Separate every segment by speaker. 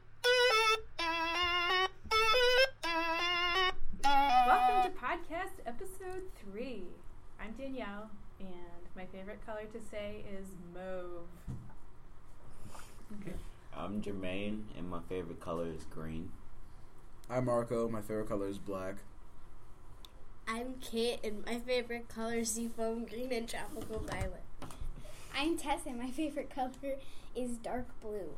Speaker 1: Uh,
Speaker 2: Uh, I'm Danielle, and my favorite color to say is mauve.
Speaker 3: I'm Jermaine, and my favorite color is green.
Speaker 4: I'm Marco. My favorite color is black.
Speaker 5: I'm Kit, and my favorite color is seafoam green and tropical violet.
Speaker 6: I'm Tess, and my favorite color is dark blue.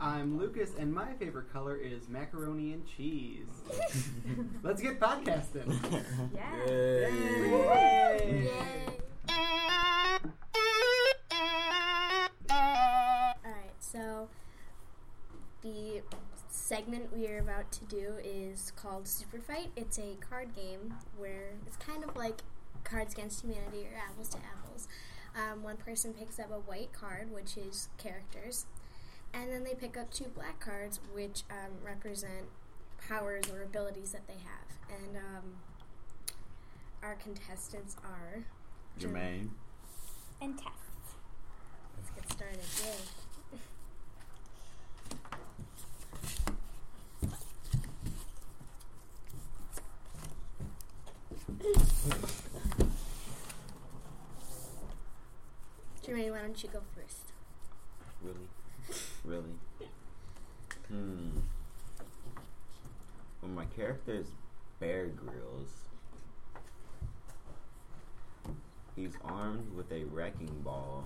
Speaker 1: I'm Lucas, and my favorite color is macaroni and cheese. Let's get podcasting.
Speaker 2: Yeah.
Speaker 1: Yay.
Speaker 5: Alright, so the segment we are about to do is called Super Fight. It's a card game where it's kind of like Cards Against Humanity or Apples to Apples. Um, one person picks up a white card, which is characters, and then they pick up two black cards, which um, represent powers or abilities that they have. And um, our contestants are.
Speaker 3: Jermaine.
Speaker 6: And Tess.
Speaker 5: Let's get started. Yay. Jermaine, why don't you go first?
Speaker 3: Really? Really? Hmm. Well, my character is Bear Grylls. He's armed with a wrecking ball.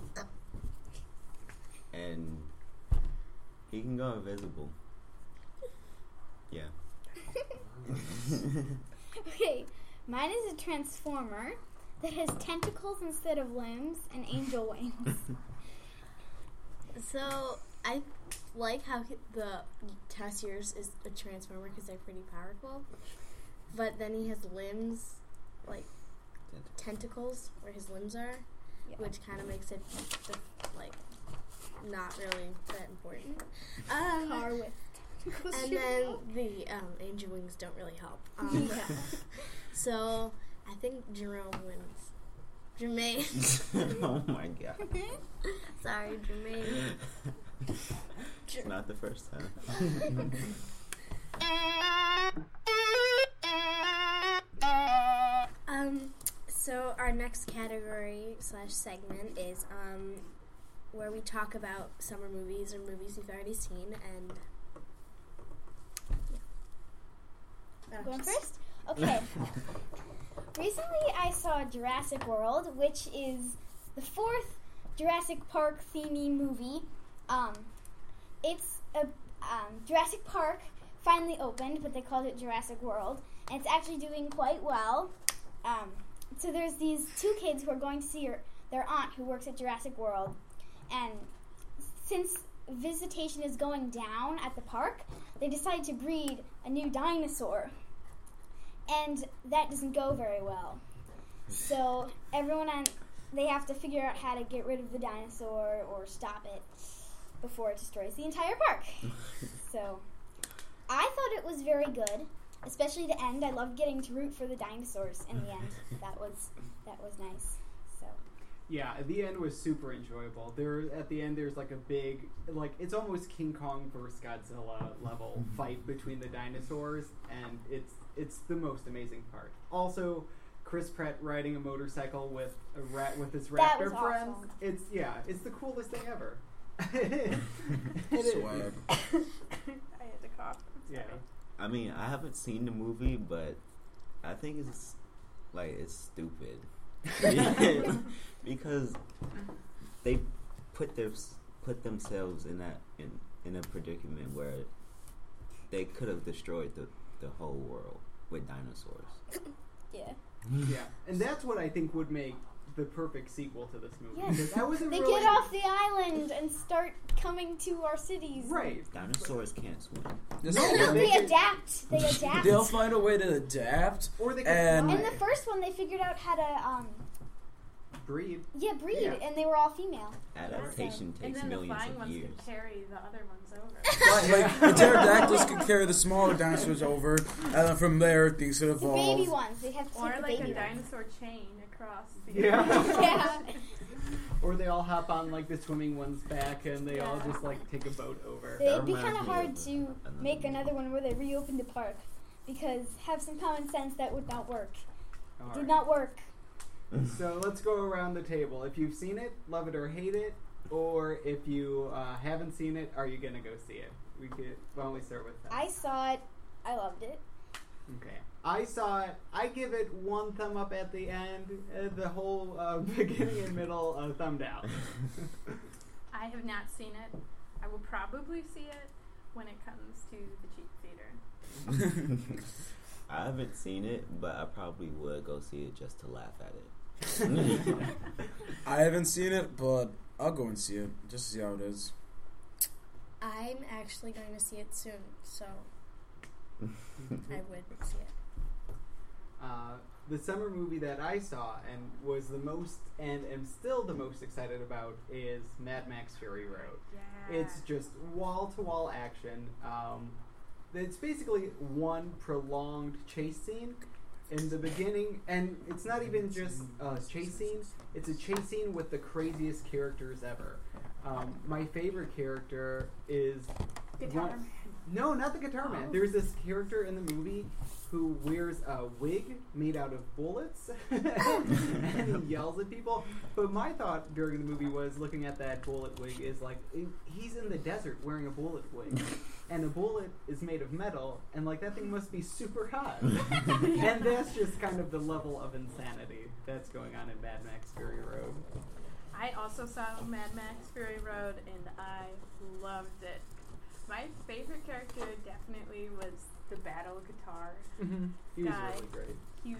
Speaker 3: And he can go invisible. Yeah.
Speaker 6: Okay, mine is a transformer that has tentacles instead of limbs and angel wings.
Speaker 5: So I like how he- the test yours is a transformer because they're pretty powerful, but then he has limbs, like tentacles, where his limbs are,
Speaker 6: Yeah.
Speaker 5: which kind of makes it dif- like not really that important. Um,
Speaker 6: Car with
Speaker 5: and then the um, angel wings don't really help. Um, So I think Jerome wins. Jermaine,
Speaker 3: oh my god.
Speaker 5: sorry, Jermaine.
Speaker 3: It's not the first time.
Speaker 5: Um, so our next category slash segment is um, where we talk about summer movies or movies we've already seen and. Yeah.
Speaker 6: Going first? Okay. Recently, I saw Jurassic World, which is the fourth Jurassic Park themey movie. Um, it's a um, Jurassic Park finally opened, but they called it Jurassic World, and it's actually doing quite well. Um, so there's these two kids who are going to see her, their aunt who works at Jurassic World, and since visitation is going down at the park, they decide to breed a new dinosaur. And that doesn't go very well. So everyone on they have to figure out how to get rid of the dinosaur or stop it before it destroys the entire park. so I thought it was very good, especially the end. I loved getting to root for the dinosaurs in the end. That was that was nice. So
Speaker 1: Yeah, the end was super enjoyable. There, at the end, there's like a big, like it's almost King Kong versus Godzilla level fight between the dinosaurs, and it's it's the most amazing part. Also, Chris Pratt riding a motorcycle with a rat with his
Speaker 6: That
Speaker 1: raptor
Speaker 6: was
Speaker 1: friends.
Speaker 6: awesome.
Speaker 1: It's yeah, it's the coolest thing ever. It is.
Speaker 4: Swag.
Speaker 2: I had to cough. I'm
Speaker 1: Yeah.
Speaker 2: sorry.
Speaker 3: I mean, I haven't seen the movie, but I think it's like it's stupid because they put their put themselves in that in in a predicament where they could have destroyed the the whole world with dinosaurs.
Speaker 6: yeah.
Speaker 1: Yeah, and that's what I think would make the perfect sequel to this movie.
Speaker 6: Yes.
Speaker 1: because I wasn't
Speaker 6: They
Speaker 1: really
Speaker 6: get off the island and start coming to our cities.
Speaker 1: right.
Speaker 3: Dinosaurs can't swim.
Speaker 4: Just-
Speaker 6: No, they adapt. They adapt.
Speaker 4: They'll find a way to adapt.
Speaker 1: Or they could
Speaker 4: And-
Speaker 6: In the first one, they figured out how to, um,
Speaker 1: breathe.
Speaker 6: yeah, breed,
Speaker 1: Yeah.
Speaker 6: and they were all female.
Speaker 3: Adaptation
Speaker 2: And
Speaker 3: takes
Speaker 2: then the
Speaker 3: millions
Speaker 2: flying
Speaker 3: of
Speaker 2: ones
Speaker 3: years.
Speaker 2: could carry the other ones over.
Speaker 4: Like, like, the pterodactyls could carry the smaller dinosaurs over, and then from there things could
Speaker 6: The baby
Speaker 4: evolve.
Speaker 6: ones, they have to
Speaker 2: or
Speaker 6: take
Speaker 2: like
Speaker 6: the
Speaker 2: a
Speaker 6: baby ones.
Speaker 2: dinosaur chain across the
Speaker 1: Yeah.
Speaker 6: Yeah.
Speaker 1: Or they all hop on like the swimming one's back and they all just like take a boat over.
Speaker 6: It'd be
Speaker 3: reminds
Speaker 6: kind of
Speaker 3: me
Speaker 6: hard
Speaker 3: of
Speaker 6: to
Speaker 3: another
Speaker 6: make
Speaker 3: movie.
Speaker 6: another one where they reopen the park because have some common sense that would not work.
Speaker 1: All
Speaker 6: Did
Speaker 1: right.
Speaker 6: not work.
Speaker 1: so let's go around the table. If you've seen it, love it or hate it, or if you uh, haven't seen it, are you gonna go see it? We could. Why don't we start with that?
Speaker 6: I saw it. I loved it.
Speaker 1: okay. I saw it. I give it one thumb up at the end. Uh, the whole uh, beginning and middle, uh, thumb down.
Speaker 2: I have not seen it. I will probably see it when it comes to the cheap theater.
Speaker 3: I haven't seen it, but I probably would go see it just to laugh at it.
Speaker 4: I haven't seen it, but I'll go and see it just to see how it is.
Speaker 5: I'm actually going to see it soon, so
Speaker 3: Mm-hmm.
Speaker 5: I would see it.
Speaker 1: Uh, the summer movie that I saw and was the most and am still the most excited about is Mad Max Fury Road.
Speaker 2: Yeah.
Speaker 1: It's just wall to wall action. Um, it's basically one prolonged chase scene in the beginning, and it's not even just a chase scene, it's a chase scene with the craziest characters ever. Um, my favorite character is.
Speaker 2: Guitar
Speaker 1: one-
Speaker 2: Man.
Speaker 1: no, not the guitar man.
Speaker 2: Oh.
Speaker 1: There's this character in the movie who wears a wig made out of bullets and he yells at people. But my thought during the movie was looking at that bullet wig is like it- he's in the desert wearing a bullet wig. And a bullet is made of metal, and like that thing must be super hot. and that's just kind of the level of insanity that's going on in Mad Max Fury Road.
Speaker 2: I also saw Mad Max Fury Road and I loved it. My favorite character definitely was the battle guitar.
Speaker 1: He was
Speaker 2: Guy.
Speaker 1: really great.
Speaker 2: He,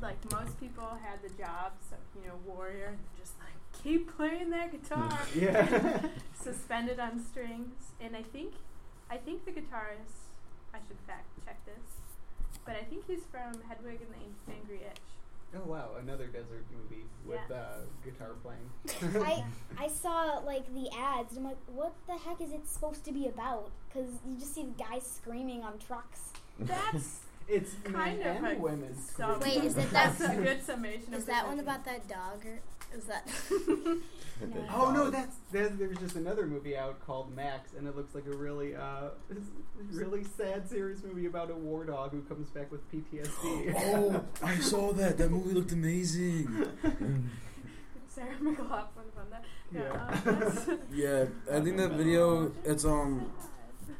Speaker 2: like most people, had the jobs of, you know, warrior and just like keep playing that guitar.
Speaker 1: Yeah.
Speaker 2: suspended on strings, and I think, I think the guitarist. I should fact check this, but I think he's from Hedwig and the Angry Itch.
Speaker 1: Oh wow, another desert movie with
Speaker 2: Yeah.
Speaker 1: uh, guitar playing.
Speaker 6: I I saw like the ads. And I'm like, what the heck is it supposed to be about? Because you just see the guys screaming on trucks.
Speaker 2: That's
Speaker 1: It's
Speaker 2: kind
Speaker 1: men
Speaker 2: of
Speaker 1: and
Speaker 2: a
Speaker 1: women.
Speaker 2: sum-
Speaker 5: Wait, is it that-
Speaker 2: that's a good summation?
Speaker 5: Is
Speaker 2: of
Speaker 5: that
Speaker 2: the
Speaker 5: one
Speaker 2: movie.
Speaker 5: about that dog or is that
Speaker 3: The
Speaker 1: Oh no,
Speaker 3: dog.
Speaker 1: that's, that's there's just another movie out called Max, and it looks like a really, uh, really sad, serious movie about a war dog who comes back with PTSD.
Speaker 4: Oh, I saw that. That movie looked amazing.
Speaker 2: Sarah McLaughlin from that? No,
Speaker 1: Yeah.
Speaker 2: um, that's-
Speaker 4: Yeah, I think that video. It's um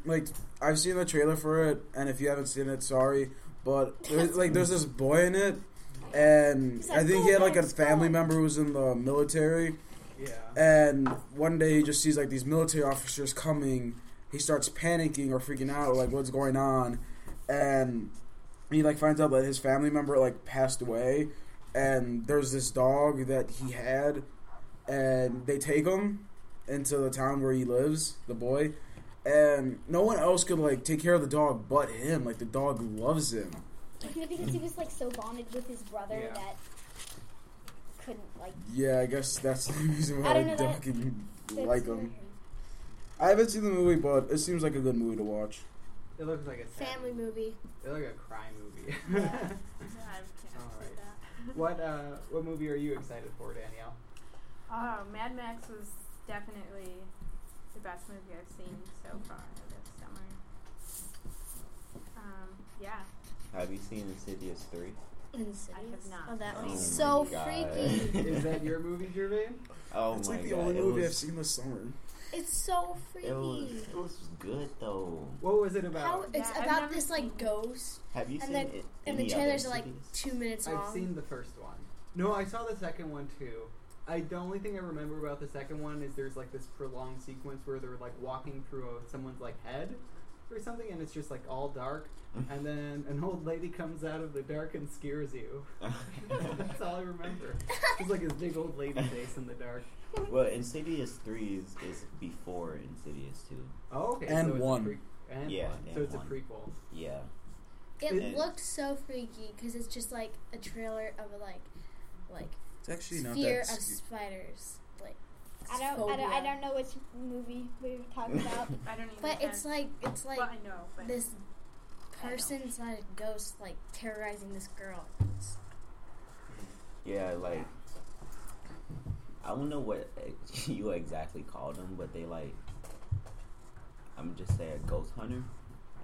Speaker 4: like I've seen the trailer for it, and if you haven't seen it, sorry, but there's, like there's this boy in it, and I think he had like a family member who was in the military,
Speaker 1: yeah.
Speaker 4: and one day he just sees like these military officers coming. He starts panicking or freaking out, like what's going on, and he like finds out that his family member like passed away, and there's this dog that he had, and they take him into the town where he lives, the boy, and no one else could like take care of the dog but him. Like the dog loves him.
Speaker 6: because he was like so bonded with his brother
Speaker 1: Yeah.
Speaker 6: that couldn't like.
Speaker 4: Yeah, I guess that's the reason why
Speaker 6: I
Speaker 4: the
Speaker 6: don't know
Speaker 4: dog
Speaker 6: that-
Speaker 4: can
Speaker 6: that's
Speaker 4: like
Speaker 6: where
Speaker 4: him.
Speaker 6: he-
Speaker 4: I haven't seen the movie, but it seems like a good movie to watch.
Speaker 1: It looks like a sad
Speaker 5: family movie?
Speaker 1: It looks like a crime movie.
Speaker 2: Yeah. I can't
Speaker 1: All
Speaker 2: say
Speaker 1: right.
Speaker 2: that.
Speaker 1: what uh, what movie are you excited for, Danielle?
Speaker 2: Oh, Mad Max was definitely the best movie I've seen so far this summer. Um, yeah,
Speaker 3: Have you seen Insidious three?
Speaker 5: Insidious.
Speaker 2: I have not.
Speaker 5: Oh, that
Speaker 3: Oh
Speaker 5: was
Speaker 3: my
Speaker 5: so
Speaker 3: God.
Speaker 5: freaky.
Speaker 1: Is that your movie, Gervain?
Speaker 3: Oh
Speaker 4: It's
Speaker 3: my
Speaker 4: like the
Speaker 3: god!
Speaker 4: only
Speaker 3: it
Speaker 4: movie
Speaker 3: was,
Speaker 4: I've seen this summer.
Speaker 5: It's so
Speaker 3: It was,
Speaker 5: freaky.
Speaker 3: it was good though.
Speaker 1: What was it about?
Speaker 5: How it's
Speaker 2: Yeah, I've
Speaker 5: about
Speaker 2: never
Speaker 5: this
Speaker 2: seen
Speaker 5: like
Speaker 2: it.
Speaker 5: ghost,
Speaker 3: Have you
Speaker 5: And
Speaker 3: seen
Speaker 5: then-
Speaker 3: it?
Speaker 5: and the
Speaker 3: any
Speaker 5: trailers
Speaker 3: other
Speaker 5: are like
Speaker 3: Insidious?
Speaker 5: two minutes long.
Speaker 1: I've seen the first one. No, I saw the second one too. I the only thing I remember about the second one is there's like this prolonged sequence where they're like walking through a, someone's like head or something, and it's just like all dark, and then an old lady comes out of the dark and scares you. That's all I remember. It's like this big old lady face in the dark.
Speaker 3: well, Insidious three is, is before Insidious two.
Speaker 1: Oh, okay.
Speaker 4: And
Speaker 1: so it's a
Speaker 4: one.
Speaker 1: pre- and
Speaker 3: Yeah,
Speaker 1: one.
Speaker 3: and
Speaker 1: so it's
Speaker 3: one.
Speaker 1: a prequel.
Speaker 3: Yeah,
Speaker 5: It
Speaker 3: It-
Speaker 5: looked so freaky because it's just like a trailer of a like, like
Speaker 4: It's actually not
Speaker 5: fear
Speaker 4: that.
Speaker 5: of
Speaker 4: sc-
Speaker 5: spiders. Like
Speaker 6: I don't, I don't, I
Speaker 5: phobia.
Speaker 6: don't know which movie we were talking about.
Speaker 2: I don't even.
Speaker 5: But
Speaker 2: have-
Speaker 5: it's like it's like
Speaker 2: well, I know, but
Speaker 5: this person's not a ghost, like terrorizing this girl. It's-
Speaker 3: yeah. Like I don't know what you exactly called them, but they like I'm just saying ghost hunter,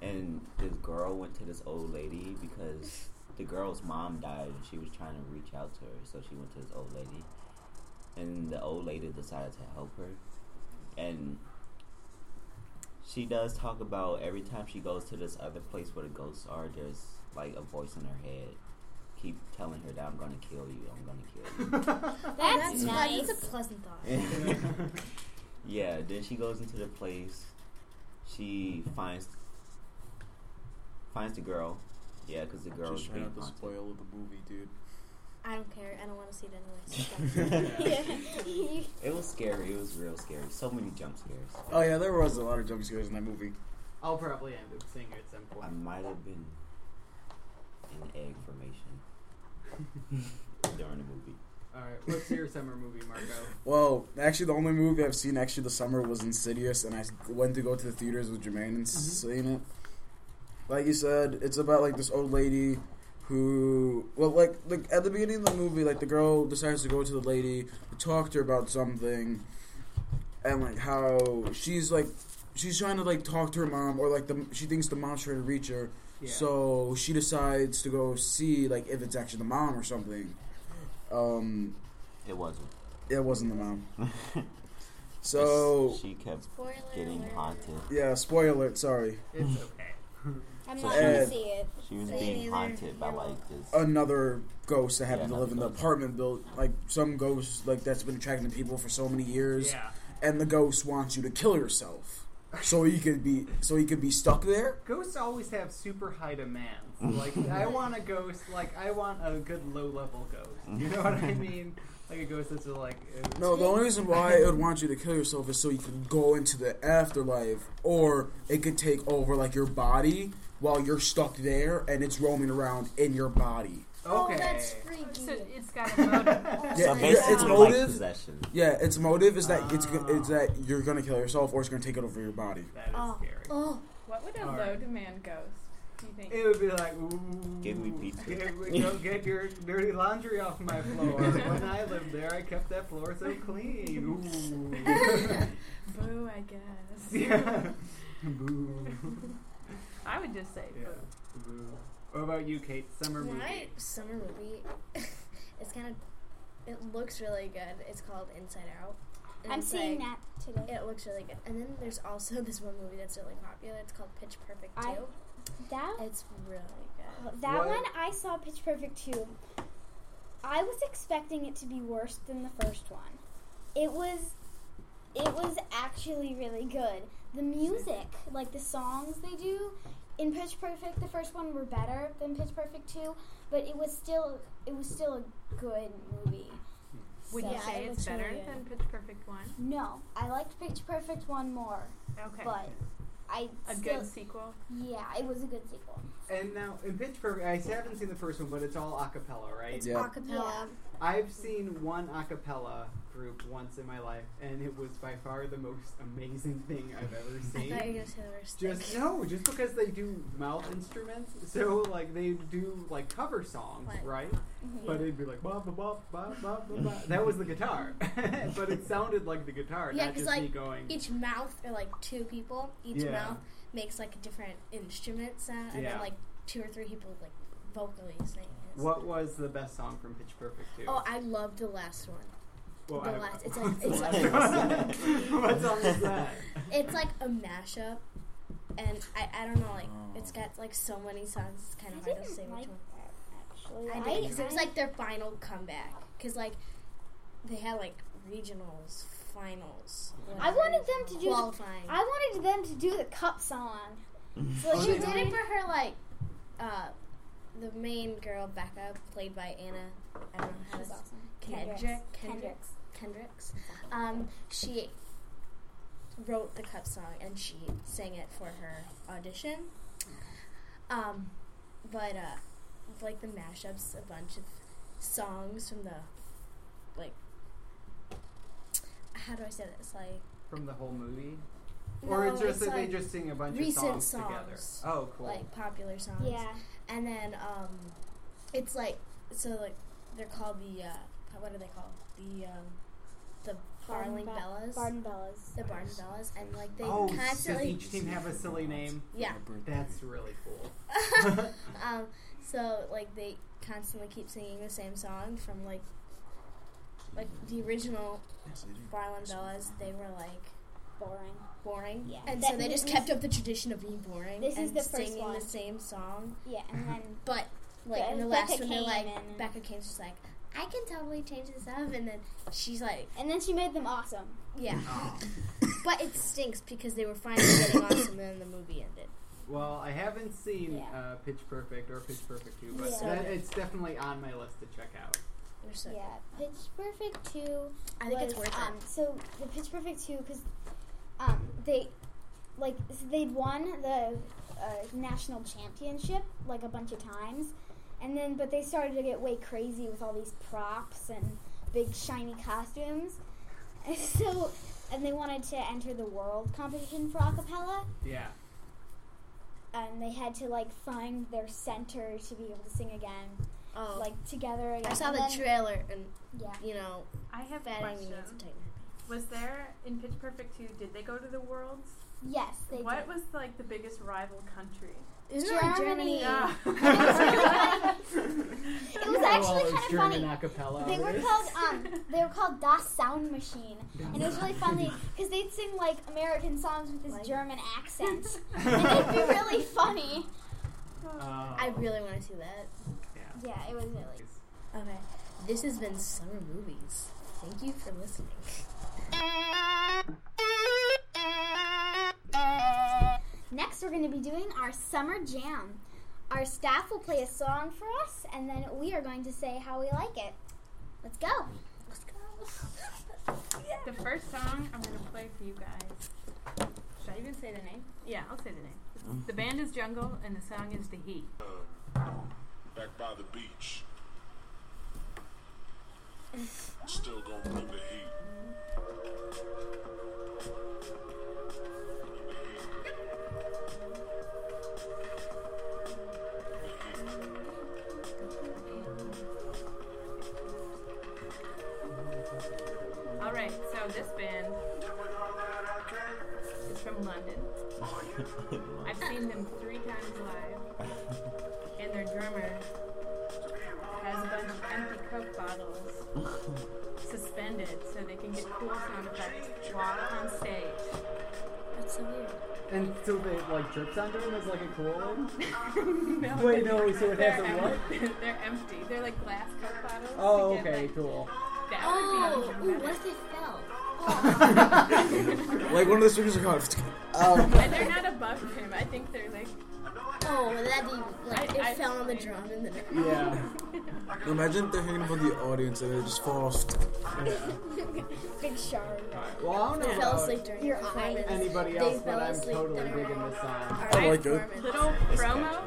Speaker 3: and this girl went to this old lady because the girl's mom died and she was trying to reach out to her, so she went to this old lady, and the old lady decided to help her, and she does talk about every time she goes to this other place where the ghosts are, there's like a voice in her head. Keep telling her that I'm gonna kill you. I'm gonna kill you.
Speaker 6: That's,
Speaker 5: fun.
Speaker 6: nice.
Speaker 5: Oh, That's a pleasant thought.
Speaker 3: yeah, then she goes into the place. She finds finds the girl. Yeah, because the girl is
Speaker 4: Just
Speaker 3: being
Speaker 4: trying to
Speaker 3: haunted.
Speaker 4: spoil the movie, dude.
Speaker 5: I don't care. I don't want to see that noise.
Speaker 3: It was scary. It was real scary. So many jump scares.
Speaker 4: Oh yeah, there was a lot of jump scares in that movie.
Speaker 1: I'll probably end up seeing it at some
Speaker 3: I
Speaker 1: point.
Speaker 3: might have been in egg formation during the movie.
Speaker 1: All right, what's your summer movie, Marco?
Speaker 4: Well, actually, the only movie I've seen actually the summer was Insidious, and I s- went to go to the theaters with Jermaine and seen it. Like you said, it's about like this old lady who, well, like, like at the beginning of the movie, like the girl decides to go to the lady to talk to her about something, and like how she's like she's trying to like talk to her mom, or like the she thinks the mom's trying to reach her,
Speaker 1: Yeah.
Speaker 4: so she decides to go see like if it's actually the mom or something. Um,
Speaker 3: It wasn't.
Speaker 4: it wasn't the mom. So
Speaker 3: she kept
Speaker 5: Spoiler
Speaker 3: getting
Speaker 5: alert.
Speaker 3: haunted.
Speaker 4: yeah, spoiler alert. Sorry,
Speaker 1: it's okay.
Speaker 6: I'm
Speaker 3: So
Speaker 6: not gonna
Speaker 4: Ed-
Speaker 6: see it.
Speaker 3: She was
Speaker 5: Me
Speaker 3: being
Speaker 5: neither.
Speaker 3: haunted by like this.
Speaker 4: Oh, another ghost that happened
Speaker 3: Yeah,
Speaker 4: to live in the
Speaker 3: another ghost.
Speaker 4: apartment built like some ghost like that's been attracting people for so many years,
Speaker 1: Yeah.
Speaker 4: and the ghost wants you to kill yourself so you could be so you could be stuck there.
Speaker 1: Ghosts always have super high demands.
Speaker 3: Mm-hmm.
Speaker 1: Like I want a ghost. Like I want a good low level ghost. You know what
Speaker 3: Mm-hmm.
Speaker 1: I mean? Like a ghost that's like uh,
Speaker 4: No, the only reason why it would want you to kill yourself is so you could go into the afterlife, or it could take over like your body while you're stuck there and it's roaming around in your body.
Speaker 1: Okay.
Speaker 6: Oh, that's freaky.
Speaker 2: So it's got a motive.
Speaker 4: Yeah,
Speaker 3: So
Speaker 4: yeah,
Speaker 3: basically,
Speaker 4: it's
Speaker 3: like
Speaker 4: motive.
Speaker 3: possession.
Speaker 4: Yeah, its motive is that it's go-
Speaker 1: Oh.
Speaker 4: it's that you're gonna kill yourself or it's gonna take it over your body.
Speaker 1: That is
Speaker 5: Oh.
Speaker 1: scary.
Speaker 5: Oh,
Speaker 2: What would a
Speaker 1: All
Speaker 2: low
Speaker 1: right.
Speaker 2: demand ghost, do you think?
Speaker 1: It would be like, ooh,
Speaker 3: Give me pizza.
Speaker 1: Get, go get your dirty laundry off my floor. when I lived there, I kept that floor so clean. Ooh.
Speaker 2: Boo, I guess.
Speaker 1: yeah. Boo.
Speaker 2: I would just say
Speaker 1: Yeah.
Speaker 2: boo.
Speaker 1: Boo. What about you, Kate? Summer movie.
Speaker 5: my summer movie. it's kind of. It looks really good. It's called Inside Out. And
Speaker 6: I'm
Speaker 5: it's
Speaker 6: seeing
Speaker 5: like-
Speaker 6: that today.
Speaker 5: It looks really good. And then there's also this one movie that's really popular. It's called Pitch Perfect
Speaker 6: I-
Speaker 5: 2.
Speaker 6: That
Speaker 5: It's really good.
Speaker 6: that
Speaker 1: What?
Speaker 6: one I saw Pitch Perfect too. I was expecting it to be worse than the first one. It was it was actually really good. The music, like the songs they do in Pitch Perfect, the first one were better than Pitch Perfect 2, but it was still it was still a good movie.
Speaker 2: Would
Speaker 6: So
Speaker 2: you
Speaker 5: Yeah,
Speaker 2: say
Speaker 5: it
Speaker 2: it's
Speaker 5: looks
Speaker 2: better
Speaker 5: really good.
Speaker 2: than Pitch Perfect 1?
Speaker 6: No, I liked Pitch Perfect 1 more,
Speaker 2: Okay.
Speaker 6: but I
Speaker 2: a
Speaker 6: still,
Speaker 2: good sequel?
Speaker 6: Yeah, it was a good sequel.
Speaker 1: And now, in Pitch Perfect, I haven't seen the first one, but it's all a cappella, right?
Speaker 4: Yeah.
Speaker 5: Acapella.
Speaker 1: I've seen one a cappella group once in my life, and it was by far the most amazing thing I've ever
Speaker 5: I
Speaker 1: seen.
Speaker 5: thought you were going to say the worst
Speaker 1: Just
Speaker 5: thing.
Speaker 1: no, just because they do mouth instruments, so like they do like cover songs,
Speaker 5: Like-
Speaker 1: right?
Speaker 5: Yeah.
Speaker 1: But it'd be like ba ba ba ba ba ba. ba. That was the guitar, but it sounded like the guitar,
Speaker 5: Yeah,
Speaker 1: not
Speaker 5: 'cause,
Speaker 1: just me
Speaker 5: like,
Speaker 1: going.
Speaker 5: each mouth or like two people each
Speaker 1: Yeah.
Speaker 5: mouth makes like a different instrument sound and
Speaker 1: Yeah.
Speaker 5: then like two or three people like vocally singing it.
Speaker 1: What was the best song from Pitch Perfect Two?
Speaker 5: oh i loved the last one
Speaker 1: Well,
Speaker 5: the
Speaker 1: I-
Speaker 5: last- it's like-
Speaker 1: what's
Speaker 5: it's
Speaker 1: the
Speaker 3: like-
Speaker 1: last one? what song is that?
Speaker 5: it's like a mashup and i, I don't know like
Speaker 4: Oh.
Speaker 5: it's got like so many songs it's kind of
Speaker 6: I
Speaker 5: hard to
Speaker 6: didn't
Speaker 5: say
Speaker 6: like
Speaker 5: which one
Speaker 6: that actually.
Speaker 5: i did 'cause it was like their final comeback because like they had like regionals finals
Speaker 6: I
Speaker 5: whatever,
Speaker 6: wanted them to do the-
Speaker 5: qualifying
Speaker 6: I wanted them to do the cup song. So
Speaker 1: Oh,
Speaker 6: like,
Speaker 5: she
Speaker 6: you
Speaker 1: they
Speaker 5: did
Speaker 6: did
Speaker 5: it
Speaker 6: it
Speaker 5: for her like uh the main girl Becca played by Anna I don't know how to
Speaker 6: She's awesome.
Speaker 5: Kendrick
Speaker 6: Kendricks.
Speaker 5: Kendricks Kendricks um she wrote the cup song and she sang it for her audition um but uh like the mashups a bunch of songs from the like how do I say this like
Speaker 1: From the whole movie,
Speaker 5: No,
Speaker 1: or it's just
Speaker 5: it's
Speaker 1: that
Speaker 5: like
Speaker 1: they just sing a bunch of
Speaker 5: recent
Speaker 1: songs, together?
Speaker 5: songs.
Speaker 1: Oh, cool.
Speaker 5: like popular songs
Speaker 6: Yeah.
Speaker 5: And then um, it's like so like they're called the uh, what are they called the um, the
Speaker 6: Barn
Speaker 5: Barling
Speaker 6: Be-
Speaker 5: Bellas
Speaker 6: Barn Bellas.
Speaker 5: the Barn Bellas and like they
Speaker 1: oh, does
Speaker 5: constantly
Speaker 1: each team have a silly name?
Speaker 5: yeah
Speaker 1: That's really cool.
Speaker 5: um So like they constantly keep singing the same songs from like like the original
Speaker 4: Yes, I do.
Speaker 5: Barlin Bellas. They were like
Speaker 6: Boring.
Speaker 5: boring,
Speaker 6: Yeah.
Speaker 5: and
Speaker 6: That-
Speaker 5: so they just
Speaker 6: this-
Speaker 5: kept up the tradition of being boring
Speaker 6: This is
Speaker 5: and
Speaker 6: the first
Speaker 5: singing
Speaker 6: one.
Speaker 5: the same song.
Speaker 6: Yeah, and then
Speaker 5: But like
Speaker 6: But
Speaker 5: in the
Speaker 6: Becca
Speaker 5: last one, they're
Speaker 6: came
Speaker 5: like
Speaker 6: and-
Speaker 5: Becca Kane's just like, I can totally change this up, and then she's like,
Speaker 6: and then she made them awesome.
Speaker 5: yeah. but it stinks because they were finally getting awesome, and then the movie ended.
Speaker 1: Well, I haven't seen
Speaker 6: Yeah.
Speaker 1: uh, Pitch Perfect or Pitch Perfect 2, but
Speaker 6: Yeah.
Speaker 1: that, it's definitely on my list to check out.
Speaker 5: They're so
Speaker 6: Yeah, Pitch Perfect two.
Speaker 5: I think it's
Speaker 6: was,
Speaker 5: worth
Speaker 6: um, So the Pitch Perfect two, because um, they like s they'd won the uh, national championship like a bunch of times, and then but they started to get way crazy with all these props and big shiny costumes, and so and they wanted to enter the world competition for acapella,
Speaker 1: Yeah.
Speaker 6: and they had to like find their center to be able to sing again,
Speaker 5: it. Oh, like
Speaker 6: like together again.
Speaker 5: I saw
Speaker 6: and
Speaker 5: the
Speaker 6: then-
Speaker 5: trailer, and
Speaker 6: Yeah.
Speaker 5: you know,
Speaker 2: I have a
Speaker 5: that I mean,
Speaker 2: question.
Speaker 5: it's a tight.
Speaker 2: Was there in Pitch Perfect 2, did they go to the worlds?
Speaker 6: Yes, they
Speaker 2: what
Speaker 6: did.
Speaker 2: was like the biggest rival country?
Speaker 5: Isn't it like Germany?
Speaker 6: Germany. Yeah. It was
Speaker 1: Yeah, well,
Speaker 6: actually kind of
Speaker 1: German
Speaker 6: funny.
Speaker 1: acapella.
Speaker 6: They were called um, they were called Das Sound Machine, and it was really funny because they'd sing like American songs with this
Speaker 5: Like-
Speaker 6: German accent, and it'd be really funny.
Speaker 5: I really want to see that.
Speaker 1: Oh. Yeah.
Speaker 6: Yeah, it was really.
Speaker 5: Okay, this has been summer movies. Thank you for listening.
Speaker 6: Next, we're going to be doing our summer jam. Our staff will play a song for us, and then we are going to say how we like it. Let's go. Let's go.
Speaker 2: The first song I'm going to play for you guys. Should I even say the name? Yeah, I'll say the name.
Speaker 1: Mm-hmm.
Speaker 2: The band is Jungle and the song is The Heat.
Speaker 7: back by the beach. Still gonna bring the heat. Bring the heat. Bring the heat.
Speaker 2: All right, so this band
Speaker 7: Doing all that I can.
Speaker 2: is from London. I've seen them three times live, and their drummer has a bunch of empty Coke bottles suspended so they can get cool sound effects while on stage.
Speaker 5: That's so weird.
Speaker 1: And so they like drips onto him as like a cool one?
Speaker 2: No,
Speaker 1: Wait, no, so it has
Speaker 2: they're,
Speaker 1: a
Speaker 2: em-
Speaker 1: what?
Speaker 2: they're empty. They're like glass Coke bottles.
Speaker 1: Oh,
Speaker 2: to get,
Speaker 1: okay,
Speaker 2: like-
Speaker 1: cool.
Speaker 2: that
Speaker 5: Oh,
Speaker 2: would be
Speaker 5: ooh,
Speaker 2: even
Speaker 5: what
Speaker 2: better.
Speaker 5: if they fell?
Speaker 4: Like one of the swingers are going. Um,
Speaker 2: And they're not above him. I think they're like
Speaker 5: Oh, would that be like it
Speaker 2: I- I-
Speaker 5: fell on the drum and then it
Speaker 1: Yeah.
Speaker 4: imagine they're hanging from the audience and they just fall off.
Speaker 6: Big shark.
Speaker 1: Well, I don't know
Speaker 5: fell
Speaker 1: about
Speaker 5: asleep during
Speaker 6: Your
Speaker 5: the performance.
Speaker 1: anybody
Speaker 5: They
Speaker 1: else,
Speaker 5: fell
Speaker 1: but I'm
Speaker 5: asleep
Speaker 1: totally
Speaker 5: during
Speaker 1: digging this song.
Speaker 5: our
Speaker 4: I like it.
Speaker 5: performance.
Speaker 2: little promo.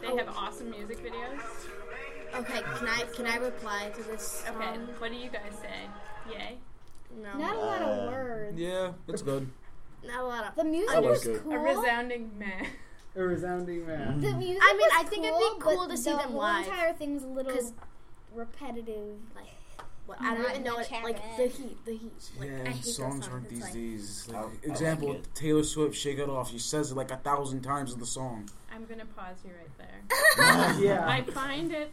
Speaker 2: They have awesome music videos.
Speaker 5: Okay, can I can I reply to this?
Speaker 2: Okay,
Speaker 5: song?
Speaker 2: what do you guys say? Yay.
Speaker 5: No,
Speaker 6: Not a lot
Speaker 3: Uh,
Speaker 6: of words.
Speaker 4: Yeah, it's good.
Speaker 5: not a lot of.
Speaker 6: The music
Speaker 4: I like
Speaker 6: was
Speaker 4: it.
Speaker 6: cool.
Speaker 2: A resounding meh.
Speaker 1: A resounding man.
Speaker 6: The music
Speaker 5: I mean,
Speaker 6: was
Speaker 5: I think it'd be
Speaker 6: but
Speaker 5: cool to see
Speaker 6: the
Speaker 5: them
Speaker 6: whole
Speaker 5: live.
Speaker 6: entire thing's a little
Speaker 5: 'Cause-
Speaker 6: repetitive.
Speaker 5: Well, I don't
Speaker 6: Not
Speaker 5: even know
Speaker 6: much
Speaker 5: it. Like the
Speaker 6: happened.
Speaker 5: heat, the heat. Like, I
Speaker 4: yeah,
Speaker 5: hate
Speaker 4: songs
Speaker 5: that song.
Speaker 4: aren't
Speaker 5: It's
Speaker 4: these
Speaker 5: like,
Speaker 4: days.
Speaker 3: I- I
Speaker 4: Like,
Speaker 3: like
Speaker 4: Oh, example,
Speaker 3: it.
Speaker 4: Taylor Swift, "Shake It Off." She says it like a thousand times in the song.
Speaker 2: I'm gonna pause you right there. I
Speaker 1: Yeah.
Speaker 2: find it.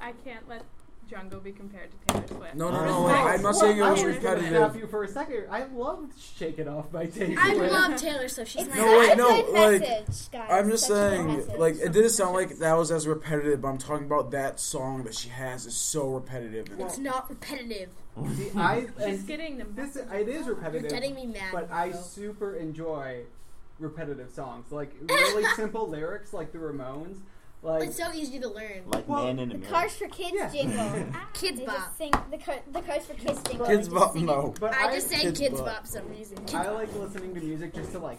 Speaker 2: I can't let Jungle be compared to Taylor Swift.
Speaker 4: No, no, no. Wait, I'm not saying it
Speaker 1: Well,
Speaker 4: was
Speaker 1: I was gonna Stop
Speaker 4: repetitive.
Speaker 1: you for a second. I loved "Shake It Off" by Taylor
Speaker 5: I
Speaker 1: Swift.
Speaker 5: love Taylor Swift. She's
Speaker 6: It's
Speaker 5: my
Speaker 4: No, wait,
Speaker 6: such a
Speaker 4: no,
Speaker 6: good
Speaker 4: like,
Speaker 6: message, guys.
Speaker 4: I'm just
Speaker 6: Such a good
Speaker 4: saying,
Speaker 6: message.
Speaker 4: like, it didn't sound like that was as repetitive, but I'm talking about that song that she has is so repetitive.
Speaker 5: It's not repetitive.
Speaker 1: See, I
Speaker 2: She's
Speaker 1: and
Speaker 2: getting them.
Speaker 1: this it is
Speaker 5: You're
Speaker 1: repetitive,
Speaker 5: getting me mad.
Speaker 1: but I
Speaker 5: bro.
Speaker 1: super enjoy repetitive songs like really simple lyrics, like the Ramones. Like
Speaker 5: It's so easy to learn.
Speaker 3: like
Speaker 1: Well,
Speaker 3: man in the
Speaker 6: The
Speaker 3: mirror.
Speaker 6: Cars for Kids
Speaker 1: Yeah.
Speaker 6: jingle.
Speaker 5: Kids
Speaker 6: they
Speaker 5: Bop.
Speaker 6: just sing the, car- the Cars for Kids jingle.
Speaker 4: Kids
Speaker 6: They just
Speaker 4: Bop,
Speaker 6: sing
Speaker 4: no.
Speaker 1: but
Speaker 5: I just say
Speaker 4: Kids
Speaker 5: Kids
Speaker 4: Bop.
Speaker 5: Bop for some reason. Kids
Speaker 1: I
Speaker 5: Bop.
Speaker 1: like listening to music just to like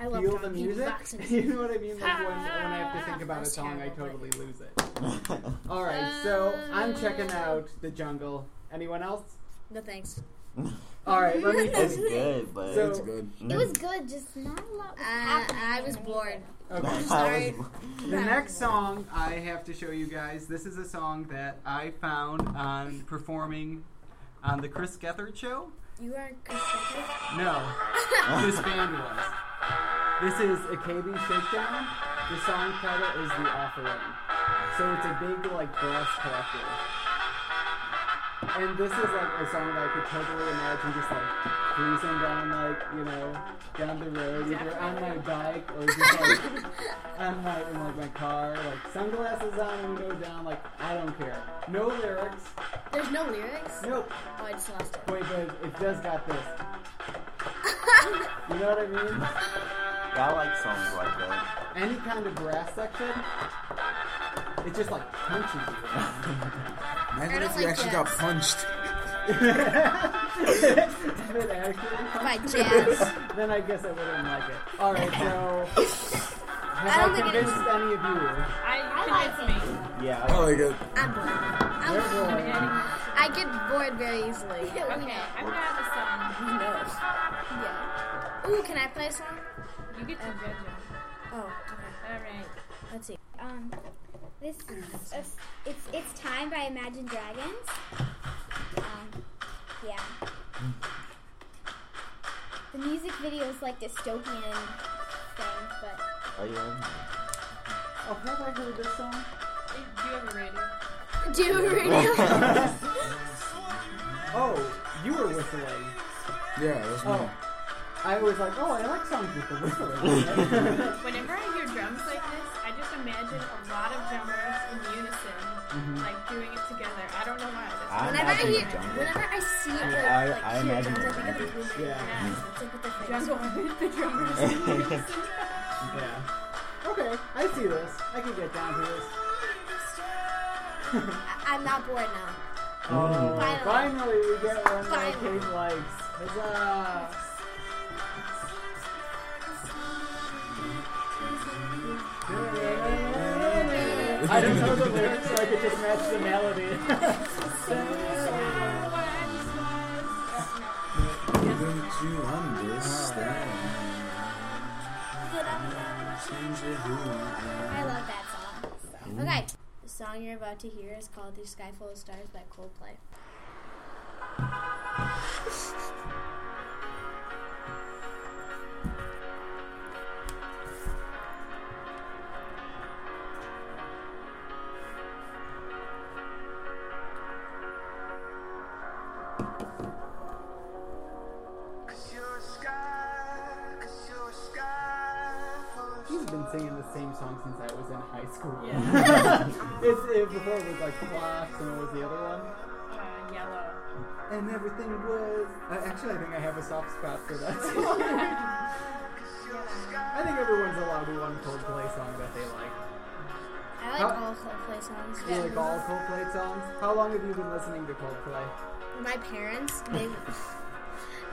Speaker 5: I love
Speaker 1: feel the
Speaker 5: talking
Speaker 1: music.
Speaker 5: boxing.
Speaker 1: you know what I mean? Like when, when I have to think about a
Speaker 5: That's
Speaker 1: song, I
Speaker 5: terrible, Uh,
Speaker 1: totally lose it. All right, so I'm checking out the jungle. Anyone else?
Speaker 5: No thanks.
Speaker 1: All right, let me.
Speaker 3: it's good, but
Speaker 1: So-
Speaker 4: It's good.
Speaker 6: It was good, just not a lot. was
Speaker 5: Uh,
Speaker 6: happening
Speaker 5: I
Speaker 6: in
Speaker 5: was
Speaker 6: the
Speaker 5: bored.
Speaker 6: music.
Speaker 1: Okay.
Speaker 5: sorry.
Speaker 1: The next song I have to show you guys, this is a song that I found on performing on the Chris Gethard show.
Speaker 5: You are constructive.
Speaker 1: No, this band was. This is a KB Shakedown The song title is The Offering. So it's a big, like, brass collector. And this is, like, a song that I could totally imagine just, like, cruising down, like, you know, down the road, either on my bike or just, like, on my, in, like, my car. Like, sunglasses on, window down, like, I don't care. No lyrics.
Speaker 5: There's no lyrics.
Speaker 1: Nope.
Speaker 5: Oh, I just lost it.
Speaker 1: Wait, but it does got this. You know what I mean?
Speaker 3: I like songs like that.
Speaker 1: Any kind of brass section, it just, like, punches you.
Speaker 4: Imagine
Speaker 5: I
Speaker 4: if
Speaker 5: don't
Speaker 4: you
Speaker 5: like
Speaker 4: actually
Speaker 5: that.
Speaker 4: got punched.
Speaker 1: If it actually
Speaker 5: By
Speaker 1: comes-
Speaker 5: jazz.
Speaker 1: then I guess I wouldn't like it. Alright, so.
Speaker 5: I
Speaker 1: Have
Speaker 5: don't
Speaker 1: I,
Speaker 5: think it
Speaker 1: convinced any of you?
Speaker 2: I
Speaker 6: like
Speaker 2: convinced me.
Speaker 3: Yeah.
Speaker 4: I Oh, like uh, it.
Speaker 5: I'm bored.
Speaker 1: They're
Speaker 5: I'm bored.
Speaker 1: bored.
Speaker 5: I get bored very easily.
Speaker 2: Okay, I've got
Speaker 5: Who knows? Yeah. Ooh, can I play a song?
Speaker 2: a song. You get to judge it.
Speaker 5: Oh, okay.
Speaker 2: Alright.
Speaker 5: Let's see.
Speaker 6: Um, this is a, it's it's time by Imagine Dragons. Um, yeah. The music video is like dystopian thing, but
Speaker 3: Are you on?
Speaker 1: Oh, have I heard this song?
Speaker 2: Do you have a radio?
Speaker 5: Do you really?
Speaker 1: Oh, you were whistling.
Speaker 4: Yeah, that's me.
Speaker 1: Oh. I was like, oh, I like songs with the whistling.
Speaker 2: Whenever I hear drums like this, I just imagine a lot of drummers in unison,
Speaker 4: Mm-hmm.
Speaker 2: like doing it together. I don't know why. That's
Speaker 3: I
Speaker 4: Ah.
Speaker 5: Whenever I
Speaker 3: imagine
Speaker 5: hear,
Speaker 3: jungle.
Speaker 5: whenever I see like,
Speaker 3: I-
Speaker 5: like
Speaker 3: I
Speaker 5: hear
Speaker 3: imagine
Speaker 5: drums, I think of
Speaker 3: jungle.
Speaker 5: the movie.
Speaker 1: yeah,
Speaker 5: It's like with the fingers.
Speaker 2: Jungle with the drummers in unison.
Speaker 1: yeah. Okay, I see this. I can get down to this.
Speaker 5: I- I'm not bored now.
Speaker 1: Oh,
Speaker 5: Finally.
Speaker 1: finally we get one that
Speaker 5: Finally.
Speaker 1: Kate likes. Huzzah! I don't know the lyrics, so I could just match the melody.
Speaker 4: Don't you understand? Change the who I
Speaker 5: I love that song. So. Okay. The song you're about to hear is called "The Sky Full of Stars" by Coldplay.
Speaker 1: He's been singing the same song since I was in high school.
Speaker 2: Yeah.
Speaker 1: it's, it, before it was like Fox, and what was the other one?
Speaker 2: Uh, yellow.
Speaker 1: And everything was. Uh, actually, I think I have a soft spot for that song. I think everyone's allowed one Coldplay song that they like.
Speaker 5: I like
Speaker 1: How-
Speaker 5: all Coldplay songs.
Speaker 1: Do you like all Coldplay songs? How long have you been listening to Coldplay?
Speaker 5: My parents, they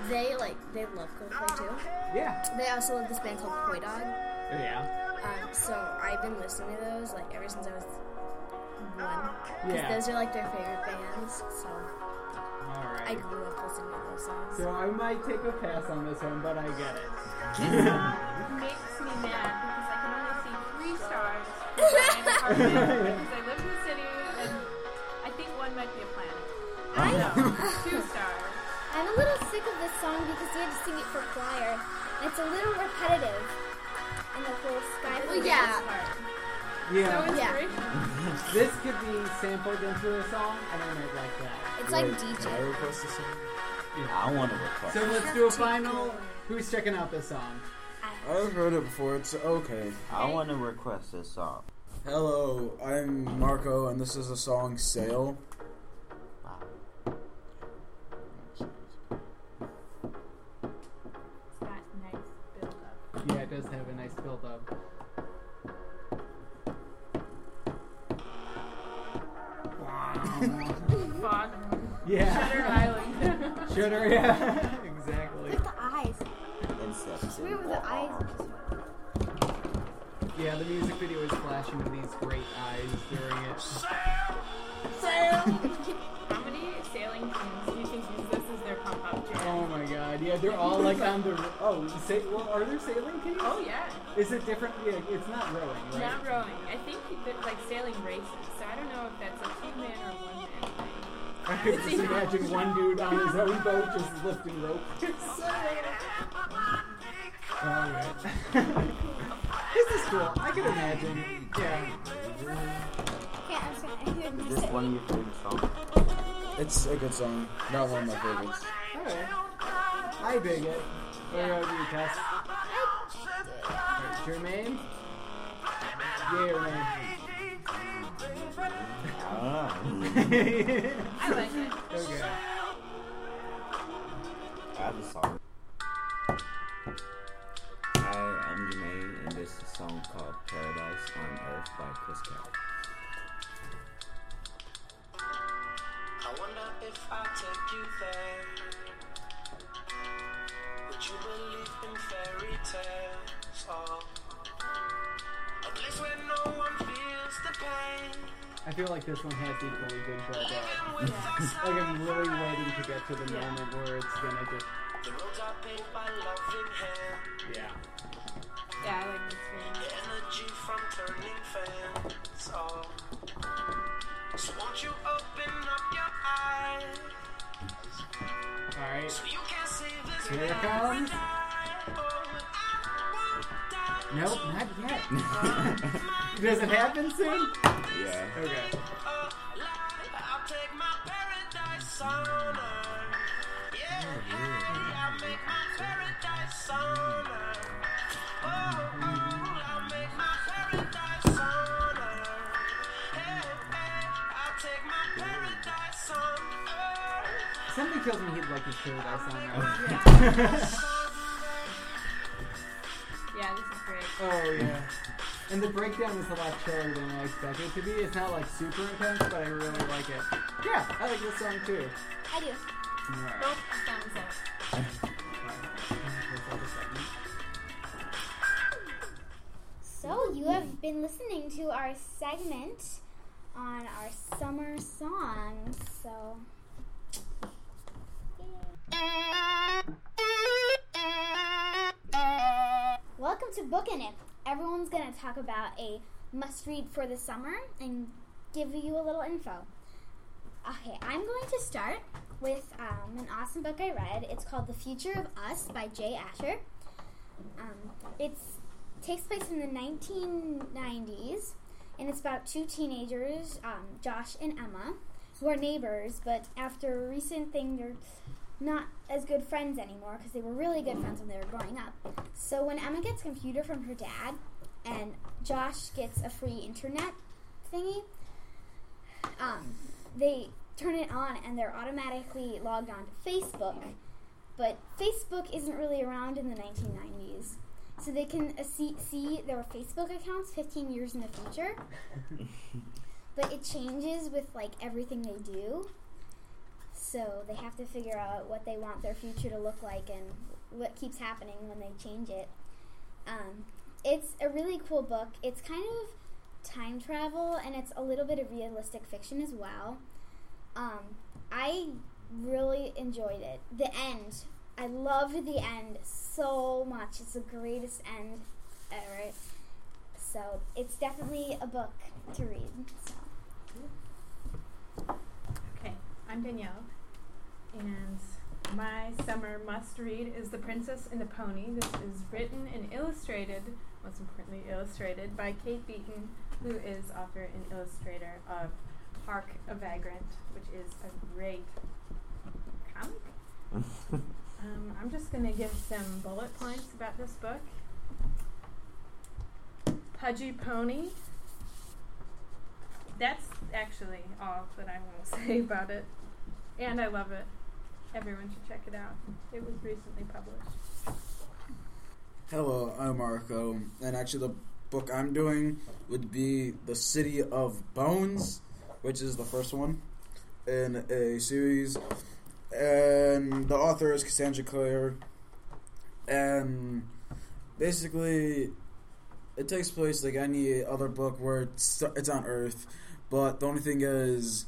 Speaker 5: they like they love Coldplay too.
Speaker 1: Yeah.
Speaker 5: They also love this band called Koi Dog.
Speaker 1: Yeah.
Speaker 5: Um, so I've been listening to those like ever since I was one. 'Cause
Speaker 1: Yeah.
Speaker 5: Those are like their favorite bands. So I
Speaker 1: Alright.
Speaker 5: grew up listening to those songs.
Speaker 1: So I might take a pass on this one, but I get it.
Speaker 2: makes me mad because I can only see three stars in my apartment because I live in the city and I think one might be a planet. I know, two stars.
Speaker 6: I'm a little sick of this song because we had to sing it for choir. And it's a little repetitive. And the whole sky.
Speaker 5: Well, yeah.
Speaker 2: So
Speaker 1: Yeah.
Speaker 2: inspirational.
Speaker 1: This could be sampled into a song, and I might like that.
Speaker 5: It's like
Speaker 4: Can I
Speaker 5: DJ.
Speaker 4: request a song?
Speaker 3: I want to request.
Speaker 1: So let's do a final. Who's checking out this song?
Speaker 4: I've heard it before. It's okay.
Speaker 3: I want to request this song.
Speaker 4: Hello, I'm Marco, and this is the song Sail.
Speaker 3: Wow.
Speaker 2: It's got nice build up.
Speaker 1: Yeah, it does have a nice build up.
Speaker 2: Fog.
Speaker 1: Yeah.
Speaker 2: Shutter Island.
Speaker 1: Shutter, yeah. exactly.
Speaker 6: the eyes.
Speaker 3: Inception.
Speaker 6: Remember the eyes.
Speaker 1: Yeah, the music video is flashing with these great eyes during it.
Speaker 2: How many sailing teams do you think use this as their pump up jam?
Speaker 1: Oh my god, yeah, they're all like on the. Oh, say, well, are there sailing teams?
Speaker 2: Oh yeah,
Speaker 1: Is it different? Yeah, it's not rowing, right?
Speaker 2: not rowing. I think that like sailing races, so I don't know if that's a two man or one man thing.
Speaker 1: I could just imagine one dude on his own boat just lifting rope. Alright. this is cool. I can imagine imagine. Yeah.
Speaker 6: Okay, I'm just gonna. I heard
Speaker 8: Is this
Speaker 6: myself.
Speaker 8: one of your favorite songs?
Speaker 4: It's a good song. Not one of my favorites.
Speaker 1: Alright. I dig it. What about you, Tess? Alright, Jermaine? Yeah,
Speaker 3: I don't know.
Speaker 1: Jermaine.
Speaker 2: I like it.
Speaker 1: okay.
Speaker 3: I just saw it. Hi, I'm Jermaine, and this is a song called Paradise on Earth by Chris Cat.
Speaker 9: I wonder if I take you there. Would you believe in fairy tales? Oh. A place where no one feels the pain.
Speaker 1: I feel like this one has equally good build-up.
Speaker 9: Living with us.
Speaker 1: Like I'm really waiting to get to the moment where it's gonna just
Speaker 9: The roads are paved by loving hand.
Speaker 1: yeah.
Speaker 2: Yeah, I like this
Speaker 9: The
Speaker 2: version.
Speaker 9: energy from turning fans. Oh. So won't you open up your eyes?
Speaker 1: Alright.
Speaker 9: So you can see this
Speaker 1: Here it
Speaker 9: night
Speaker 1: comes.
Speaker 9: we die. Oh, I won't die.
Speaker 1: Nope, not yet. Does it happen soon?
Speaker 3: Yeah.
Speaker 1: Okay.
Speaker 9: I'll take my paradise on earth. Yeah, I'll make my paradise on earth. Oh, I'll make my paradise on earth. Hey, hey, I'll take my paradise on earth.
Speaker 1: Somebody tells me he'd like his paradise on there.
Speaker 2: Yeah, this is great.
Speaker 1: Oh yeah. And the breakdown is a lot chiller than I expected it to be. It's not like super intense, but I really like it. Yeah, I like this song too.
Speaker 6: I do.
Speaker 2: Nope, thumbs up.
Speaker 6: So you have been listening to our segment on our summer songs. So. Welcome to Bookin' It. Everyone's gonna talk about a must-read for the summer and give you a little info. Okay, I'm going to start with um, an awesome book I read. It's called The Future of Us by Jay Asher. Um, it's takes place in the 1990s, and it's about two teenagers, um, Josh and Emma, who are neighbors, but after a recent thing, they're not as good friends anymore because they were really good friends when they were growing up. So when Emma gets a computer from her dad, and Josh gets a free internet thingy, um, they turn it on and they're automatically logged on to Facebook. But Facebook isn't really around in the 1990s so they can uh, see, see their Facebook accounts 15 years in the future. but it changes with like everything they do. So they have to figure out what they want their future to look like and what keeps happening when they change it. Um, it's a really cool book. It's kind of time travel and it's a little bit of realistic fiction as well. Um, I really enjoyed it. The end I loved the end so much. It's the greatest end ever. So it's definitely a book to read. So.
Speaker 2: Okay, I'm Danielle, and my summer must read is The Princess and the Pony. This is written and illustrated, most importantly, illustrated by Kate Beaton, who is author and illustrator of Hark a Vagrant, which is a great comic. um, I'm just going to give some bullet points about this book. Pudgy Pony that's actually all that I want to say about it. And I love it. Everyone should check it out. It was recently published.
Speaker 4: Hello, I'm Marco, and actually, the book I'm doing would be The City of Bones, which is the first one in a series. And the author is Cassandra Clare, and basically, it takes place like any other book where it's, it's on Earth, but the only thing is,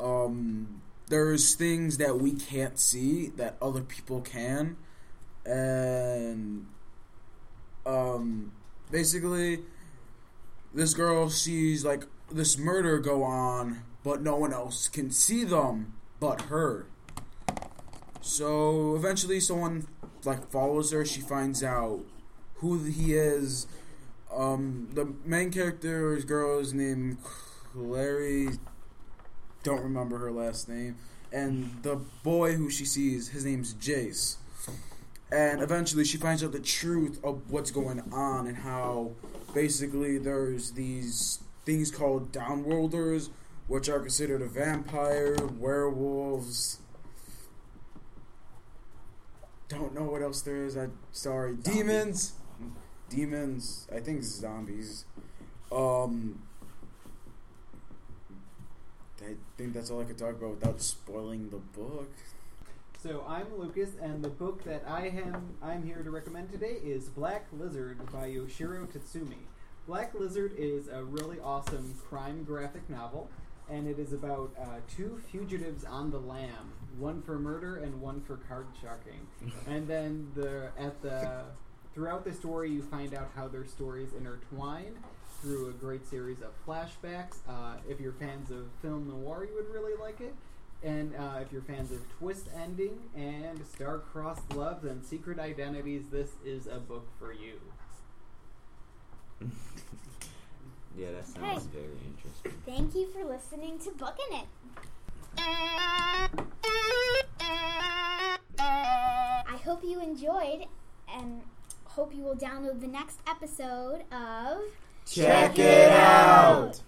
Speaker 4: um, there's things that we can't see that other people can. And um, basically, this girl sees like this murder go on, but no one else can see them but her. So eventually, someone like follows her. She finds out who he is, Um, the main character's girl is named Clary. Don't remember her last name. And the boy who she sees, his name's Jace. And eventually, she finds out the truth of what's going on and how basically there's these things called downworlders, which are considered a vampire, werewolves. Don't know what else there is. I sorry, demons, demons. I think zombies. Um, I think that's all I could talk about without spoiling the book.
Speaker 1: So I'm Lucas, and the book that I am I'm here to recommend today is Black Lizard by Yoshiro Tatsumi. Black Lizard is a really awesome crime graphic novel, and it is about uh, two fugitives on the lam, one for murder and one for card sharking. and then the at the throughout the story, you find out how their stories intertwine through a great series of flashbacks. Uh, if you're fans of film noir, you would really like it. And uh, if you're fans of twist ending and star-crossed loves and secret identities, this is a book for you.
Speaker 3: Yeah, that sounds very interesting.
Speaker 6: Thank you for listening to Bookin' It. I hope you enjoyed and hope you will download the next episode of
Speaker 4: Check it out!